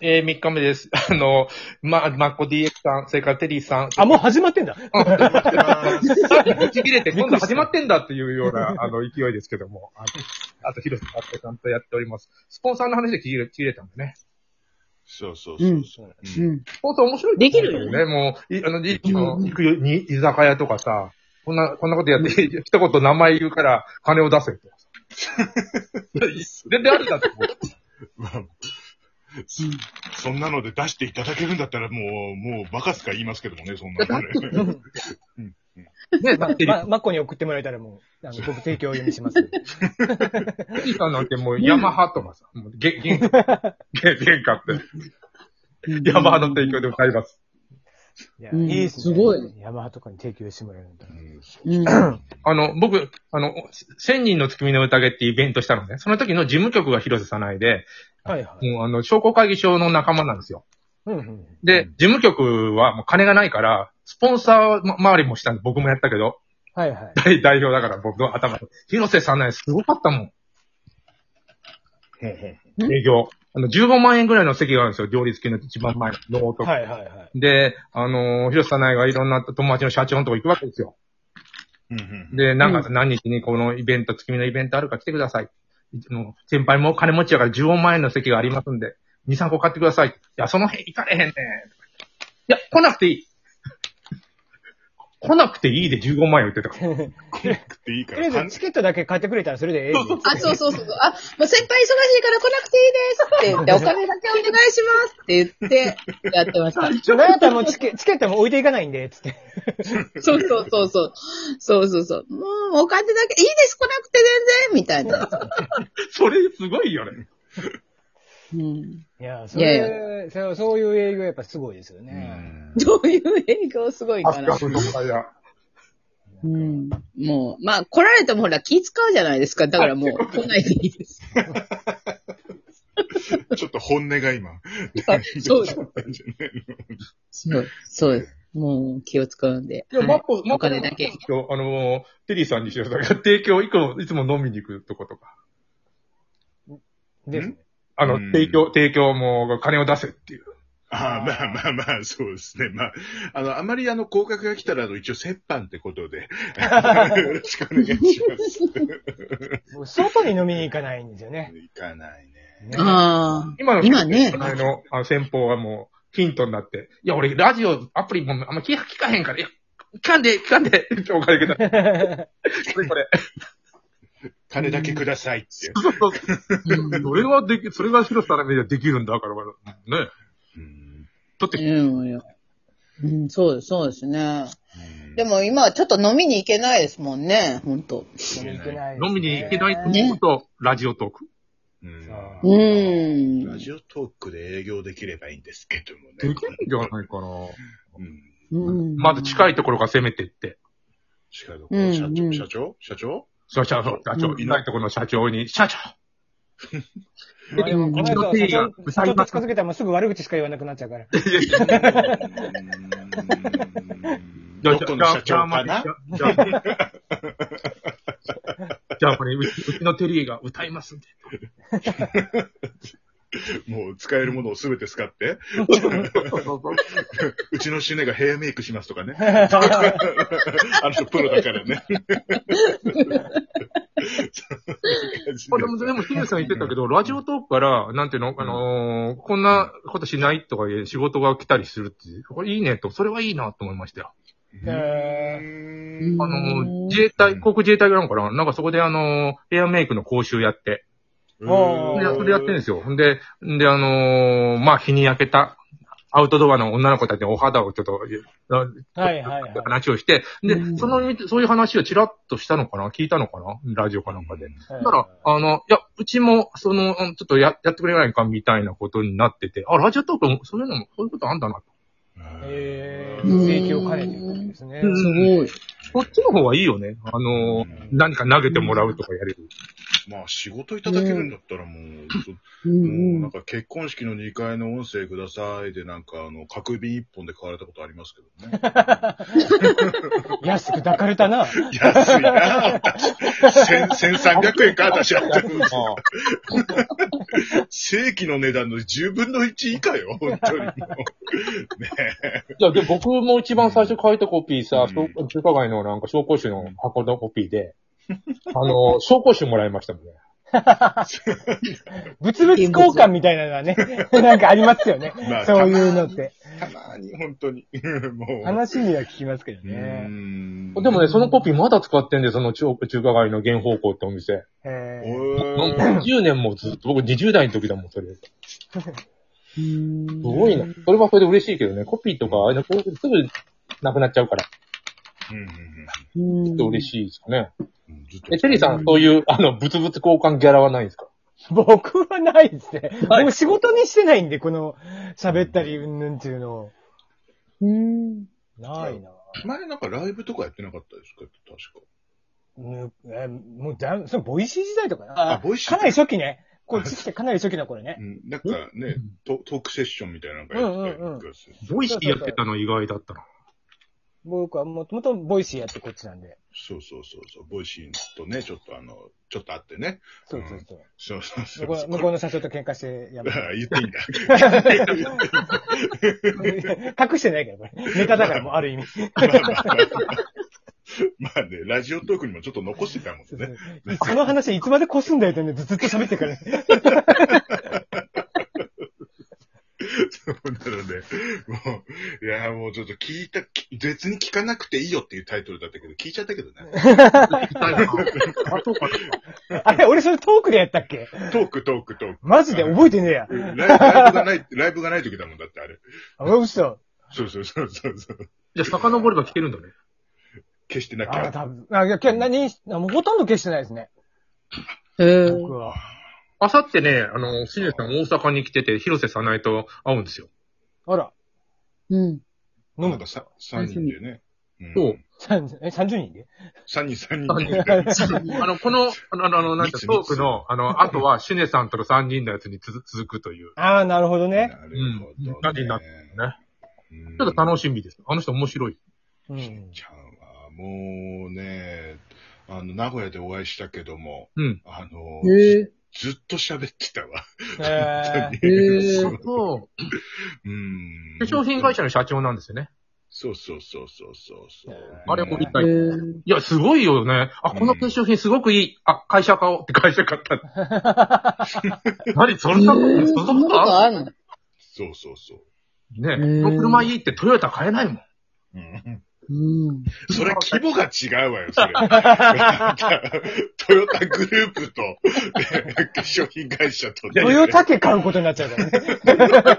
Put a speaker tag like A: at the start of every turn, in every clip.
A: えー、3日目です。あの、ま、マッコ DX さん、それからテリーさん。
B: あ、もう始まってんだ。
A: うん、ぶち切れて、今度始まってんだっていうような、あの、勢いですけども。あのあと、ヒロさんとちゃんとやっております。スポンサーの話で切れ、切れたんでね。
C: そうそうそうそう。
D: う
C: うん
D: ん。
A: スポンサー面白い、
D: できるよね
A: ね。もう、いあの、いあ
D: う
A: の
D: ん
A: 行くよに居酒屋とかさ、こんな、こんなことやって、一言名前言うから、金を出せって。全然あるだって。
C: まあそそんなので出していただけるんだったらもう、もうバカすか言いますけどもね、そんなのね。
A: ね、だ
B: ま
A: っ、て、
B: ま、マッコに送ってもらえたらもう、あの、僕提供お読みします。
A: テリーさんなんてもう、ヤマハとかさ、もう、げ、げん、げ、げんかって。ヤマハの提供で歌います。
B: いや、
D: うん
B: いいですね。
D: すごいね。
B: ヤマハとかに提供してもらえるんだ。
D: うん。
A: あの、僕、あの、千人の月見の宴っていうイベントしたのね。その時の事務局が広瀬さないで、
B: はいはい。
A: もうあの、商工会議所の仲間なんですよ。
B: うんうん。
A: で、事務局はもう金がないから、スポンサーま周りもしたんで、僕もやったけど、
B: はいはい。
A: 代代表だから僕の頭で。広瀬さないすごかったも
C: ほうほう。
A: ん。営業。あの、15万円ぐらいの席があるんですよ。料理付きの一番前のとこ
B: はいはいはい。
A: で、あのー広瀬さないがいろんな友達の社長のとこ行くわけですよ。
C: うんうん
A: で、何月
D: う
A: 何日にこのイベント、月見のイベントあるから来てください。うん先輩も金持ちやから15万円の席がありますんで、2、3個買ってください。いや、その辺行かれへんねん。いや、来なくてい い。来なくていいで15万円売ってたから。
C: 食っていいか
B: とりあ
C: ら。
B: えず、チケットだけ買ってくれたらそれでええよ。
D: あ、そうそうそうそう。あ、もう先輩忙しいから来なくていいです って言って、お金だけお願いしますって言って、やってました。
B: なんやったらもうチケチケットも置いていかないんで、つって。
D: そうそうそうそう。そうそうそう。もう、お金だけ、いいです、来なくて全然みたいな。
A: それすごいよね。
D: うん。
B: いや、それ、
D: いや
B: それそういう営業やっぱすごいですよ
C: う
B: ね。
C: ん
D: どういう営業すごいかな。うん。もう、まあ、来られてもほら気使うじゃないですか。だからもう、来ないでいいです。
C: ちょっと本音が今。
D: そうです。そう、そうです。もう、気を使うんで。
A: いや、マッコ、
D: お金だけ。
A: 今日、あのー、テリーさんにしよう。だから提供、いつも、いつも飲みに行くとことか。
B: ですね。
A: あの、
C: うん
A: 提供、提供も金を出せっていう。
C: ああ、まあまあまあ、そうですね。まあ、あの、あまりあの、降格が来たら、あの、一応、折半ってことで、よろしくお願いします。
B: 僕外に飲みに行かないんですよね。
C: 行かないね。
B: ね
D: ああ。
A: 今の、
D: 今ね
A: あの、あの先方はもう、ヒントになって、いや、俺、ラジオ、アプリもあんま聞か聞かへんから、いや、聞かんで、聞かんで、ってお金ください。これ、これ。
C: 金だけくださいって。
A: それはでき、それが広さの目ではできるんだから、ね。
C: うん
A: だって、
D: うん、うん、そうです、そうですね。
C: うん
D: でも今はちょっと飲みに行けないですもんね、ほんと。
B: 飲みに行けないですね
A: 飲みに行けないと思うと、ラジオトーク。
C: うん
B: そう
D: ー
C: ラ
D: ん。
C: ジオトークで営業できればいいんですけども
A: で
C: ね
A: き。るんじゃないかな。
C: うん
D: うん
A: まず近
D: い。
A: いところから攻めてって。
C: しかも
D: うん
C: 社
D: う
C: 長、
D: ん
C: 社長社長
A: 社長、社長、いないところの社長に、 社長
B: まあでもこの間は
A: うちの
B: ちょ
A: 手が
B: っと近づけたらもうすぐ悪口しか言わなくなっちゃうから。
C: うんどこの社長かな
A: じゃあ、じゃあじゃあこれ、うちうちのテリーが歌いますんで。
C: もう使えるものをすべて使って、うちのシネがヘアメイクしますと かね。あの人プロだからね。
A: これも、でも、ヒデさん言ってたけど、ラジオトークから、なんていうの、あのーこんなことしないとかいう仕事が来たりするって、これいいねと、それはいいなと思いましたよ。
B: え
C: うん
A: あのー自衛隊、航空自衛隊がなんかな、なんかそこであのーエアメイクの講習やって、
B: お
A: で
B: ー
A: それやってるんですよ。んで、んで、あのーまあ、日に焼けた、アウトドアの女の子たちのお肌をちょっと、な
B: ーはいはいはい。
A: 話をして、で
D: う、ん
A: その、そういう話をちらっとしたのかな聞いたのかなラジオかなんかで。
B: だ
A: だから、あの、いや、うちも、その、うんちょっとややってくれないかみたいなことになってて、あ、ラジオトークも、そういうのも、そういうことあんだなと。
B: え
D: うん
B: ー、提供を兼ねてるわけですね。
A: うん
D: すごい。
A: こっちの方がいいよね。あのー、
C: うん
A: 何か投げてもらうとかやれる。
C: まあ、仕事いただけるんだったらもう、そ
D: うん
C: もう
D: う
C: なん
D: ん。
C: か結婚式の2階の音声くださいで、なんかあの、角瓶1本で買われたことありますけどね。
B: 安く抱かれたな。
C: 安いなぁ、私。千1300円か、私は。正規の値段の10分の1以下よ、本当にもう。ね
A: いや、で、僕も一番最初書いたコピーさ、
C: うん
A: 中華街のなんか紹興酒の箱のコピーで、 あの、紹興酒もらいましたもんね。
B: 物々交換みたいなのはね、 なんかありますよね
C: まあ。
B: そういうのって。
C: えたまに、本当に。もう。
B: 話には聞きますけど
C: う
B: ね。
C: ん
A: でもね、そのコピーまだ使ってんで、その中中華街の原方向ってお店。
B: え
C: お
B: ー
A: なん
C: ー
A: か10年もずっと、僕20代の時だもん、それ。す
D: す
A: ごいな。それはそれで嬉しいけどね、コピーとか、あれのこうすぐなくなっちゃうから、ち
C: うんうんうん
A: ょっと嬉しいですかね。
C: うんずっと
A: え、チェリーさん、そういう、あの、物々交換ギャラはないんですか
B: 僕はないですね。
A: はい
B: 僕仕事にしてないんで、この喋ったりうんぬんっていうのを。
D: うん。
B: ないな。
C: 前なんかライブとかやってなかったですか確か。
B: むえもうだん、そのボイシー時代とかな。
C: あボイシー
B: かなり初期ね。こっち来てかなり初期の頃ね
C: う。ん、なんかね、トトークセッションみたいなのがやってたりなんかする
A: ボイシーやってたの意外だったな。
B: 僕はもともとボイシーやってこっちなんで。
C: そうそうそうそう、ボイシーとね、ちょっとあの、ちょっとあってね。
B: そうそうそう。
C: そうそうそ
B: 向
C: う。
B: こう向こうの社長と喧嘩してやめ
C: あ 言っていいんだ。
B: た。隠してないから、これ。ネタだからもうある意味。そう
C: まあまあまあまあね、ラジオトークにもちょっと残してたもん
B: そう
C: ね。
B: その話いつまでこすんだよってね、ずっと喋ってから。
C: そうなので、もう、いや、もうちょっと聞いた、き別に聞かなくていいよっていうタイトルだったけど、聞いちゃったけどね。
A: あ、そうか。
B: あれ、俺それトークでやったっけ
C: トーク、トーク、トーク。
B: マジで覚えてねえや。
C: ライブライブがない、ライブがない時だもんだって、あれ。
B: あ、嘘。
C: そうそうそうそうそう。
A: じゃあ、遡れば聞けるんだね。
C: 消してなき
B: あ、
C: ゃ。
B: 多分。あ、いや、今日何、あもうほとんど消してないですね。
D: へえ。
B: 僕は。
A: あさってね、あの、しねさん大阪に来てて、広瀬さないと会うんですよ。
B: あら、
D: うん。
B: 飲
C: なん
B: む
C: か。さ、3人でね。ん
A: そう。
B: 30え、30人で
C: 三人、三人で。
A: あの、この、あの、あのあの、なんか
C: 密
A: トークの、あ の、あとは、シュネさんとの3人のやつにつづ続くという、
B: ああ、なるほどね。
C: なるほど、ね。
A: 感じになってるね。ちょっと
C: し
A: 楽しみです。あの人面白い。
B: うん。
C: ちゃんは、もうね、あの、名古屋でお会いしたけども、
A: うん。
C: あの、
D: へえ。
C: ずっと喋ってたわ。
B: えー
D: へえ。
A: そ
C: うん。
A: う。化粧品会社の社長なんですよね。
C: そうそうそうそうそうそう。
A: あれおり
C: ね
A: たい。いや、すごいよね。あ、この化粧品すごくいい。あ、会社買おうって会社買った。 何そんなこと、そんなことあ
D: あるの
C: そうそうそう。
A: ね
D: ん
A: え、この車いいってトヨタ買えないもん。
C: うん、
D: うん。
C: それ規模が違うわよ、それ。なんかトヨタグループと、ね化粧品会社とね。
B: トヨタ家買うことになっちゃうからね。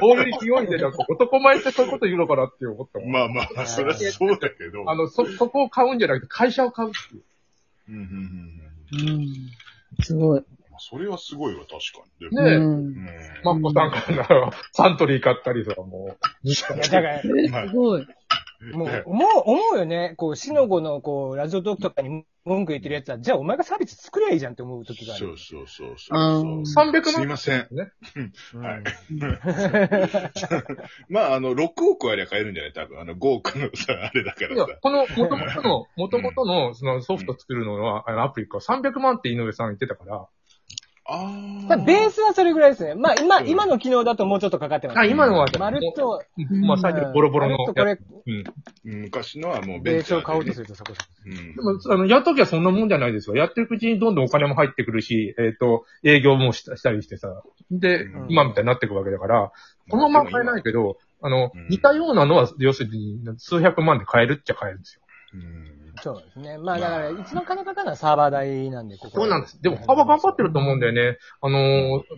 A: こういう勢いで、なんか男前ってそういうこと言うのかなって思ったもん。
C: まあまあまあ、そりゃそうだけど。
A: あの、そ、そこを買うんじゃなくて会社を買うっていう。
C: うんうんうんうん
D: うん。すごい。
C: まあそれはすごいわ、確かに。でも
A: ねえ
D: うん。
C: うん
A: マッコさんからサントリー買ったりさ、もう。
B: いやだから、
C: まあ
D: すごい。
B: も
C: ね
B: う、思う、思うよね。こう、シノゴの、こう、ラジオトークとかに文句言ってるやつは、じゃあお前がサービス作りゃいいじゃんって思う時があ
C: そ
B: る
C: う。そうそうそ
D: あ
C: う
D: ー
C: そう。
A: 300
C: すい
A: 万
C: ません。
B: うん
C: はいまあ、あの、6億ありゃ買えるんじゃない多分。あの、5億のさ、あれだか
A: い
C: ら
A: や
C: さ。、
A: この、元々の、元々の、そのソフト作るのは、あのアプリか、300万って井上さん言ってたから、
C: あ
B: まあベー
C: ス
B: スはそれぐらいですね。まあ、今、
C: うん
B: 今の機能だともうちょっとかかってます。
A: あ、今のは、
B: まるっと、
A: うんまあ、最初ボロボロの
B: まるっとこ
A: やつ。
B: れ、
A: うん。で
C: 昔のはもう
B: ベ
C: ベ
B: ー
C: ン
B: ス
C: チャー
B: を買おうと
C: ですね。
B: るとそこそこ。
C: うん
A: も、あの、やっときはそんなもんじゃないですよ。やってるうちにどんどんお金も入ってくるし、えっと、営業もしたしたりしてさ。で
C: うん、
A: 今みたいになっていくわけだから、このまま買えないけど、あの
C: うん、
A: 似たようなのは、要するに、数百万で買えるっちゃ買えるんですよ。
C: うん
B: そうですね。まあ、だから、一番金かかるのはサーバー代なんで、ここ
A: そうなんです。でも、幅
B: 幅
A: 頑張ってると思うんだよね。あの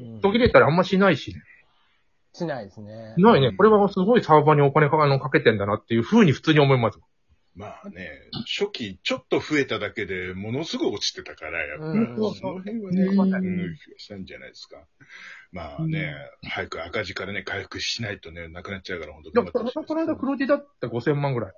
A: ー、
B: うん
A: 途切れたらあんましないしね。
B: しないですね。
A: ないね。これはすごいサーバーにお金かあのかけてんだなっていうふうに普通に思います。
C: まあね、初期ちょっと増えただけでものすごい落ちてたから、やっぱ、
B: うん
C: その辺はね、
D: うん
C: うん、したんじゃないですか。まあね、早く赤字からね、回復しないとね、なくなっちゃうから、本当
A: で
C: 頑張
A: も
C: ってほしいです
A: この間黒字だった5000万ぐらい。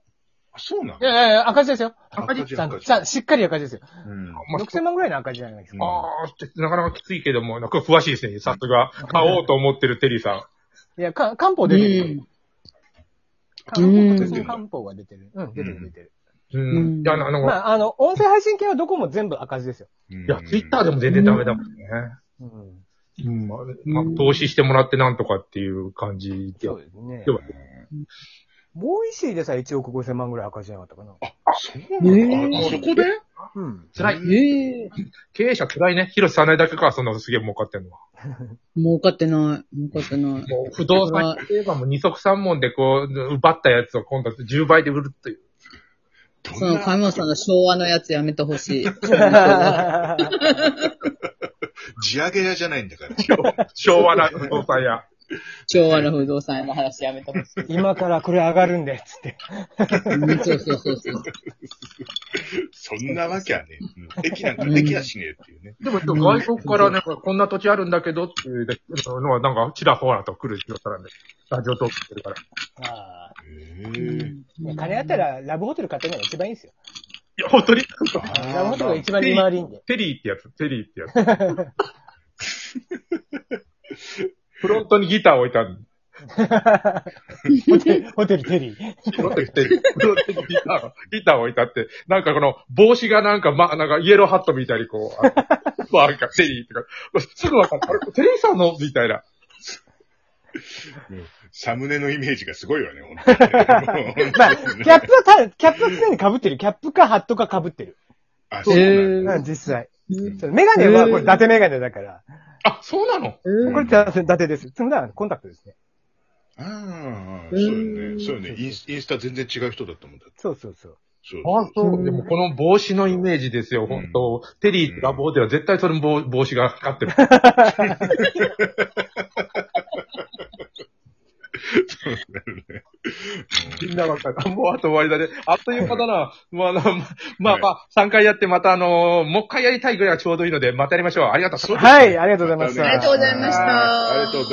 C: あそうなの
B: いやいやいや、赤字ですよ。
C: 赤字
B: ちゃん
C: 赤字
B: ちゃんしっかり赤字ですよ。
C: うん。
A: まあ
B: 6000万ぐらいの赤字じゃないですか。
A: あーって、なかなかきついけども、なんか詳しいですね。さすが。買おうと思ってるテリーさん。
B: いや、か漢方
D: う
B: 出てる。
D: ん。
B: 漢方
D: うん
B: 普通の漢方が出てる。うん、出てる出てる。
A: うん。
D: う
A: い
D: ん
A: や、あの、
B: まあ、あの、音声配信系はどこも全部赤字ですよ。
C: い
A: いや、ツイッターでも全然ダメだもんね。
B: うん。
A: うん。まあまあ、投資してもらってなんとかっていう感じで。
B: そうですね
A: で。も
B: ボイシーでさえ1億5000万ぐらい赤字じゃなかったかな。
C: そうなの、
D: ねえ
C: あ、そこで
B: うん。
A: 辛い。
D: ええ
A: 経営者辛いね。広瀬さないだけか、そんなすげえ儲かってんのは。
D: 儲かってない。儲かってない。
A: もう不動産といえばもう二足三門でこう、奪ったやつを今度10倍で売るっていう。
D: そ
C: どん
D: の、
C: な
D: 神本さんの昭和のやつやめてほしい。
C: 地上げ屋じゃないんだから。
A: 昭和な不動産屋。
D: 昭和の不動産屋の話やめてほしい。
B: 今からこれ上がるんで、つって。
D: うんそうそうそうそう。
C: そんなわけはねえ。うん駅なんかできやしねえっていうね。
A: でも外国からなんかこんな土地あるんだけどっていうのはなんかちらほらと来る広さなんで。ラジオトークしてるから。い
B: ああ
C: へ
B: ね金あったらラブホテル買ってるのが一番いいんですよ。
A: や、本当に
C: え
B: ラブホテルが
C: あ
B: 一番利回りいいんで。
A: テリーってやつ、テリーってやつ。フロントにギター置いたの。
B: ホテル、ホテルテリー。
A: フロントにテリー。フロントにギター、ギター置いたって、なんかこの帽子がなんか、ま、なんかイエローハットみたいにこう、あのバーか、テリーってか、すぐわかる。あれ、テリーさんのみたいな。
C: サムネのイメージがすごいわね、本当にねもう
B: まあ、キャップはた、キャップは常に被ってる。キャップかハットか被ってる。
C: あ、そうなんだ。
B: うん、実際。
D: うん
B: そうメガネはこれ伊達メガネだから。
A: あ、そうなの
C: うん
B: これ伊達伊達です。つまりはコンタクトですね。
C: ああ、そうよね。そうよね。インスインスタ全然違う人だったもんだって。
B: そうそうそう。
C: そう。
A: あ、そうう。
D: ん
A: でもこの帽子のイメージですよ、本当テリーが帽では絶対その帽帽子がかかってる。みんなわかる。もうあと終わりだね。あっという間だな。まあ、まあ、まあ、まあ、3回やってまたあのーもう一回やりたいぐらいがちょうどいいので、またやりましょう。ありがとう。
C: そうですね
B: はい、ありがとうございました。
D: ありがとうございました
C: はいありがとうございました。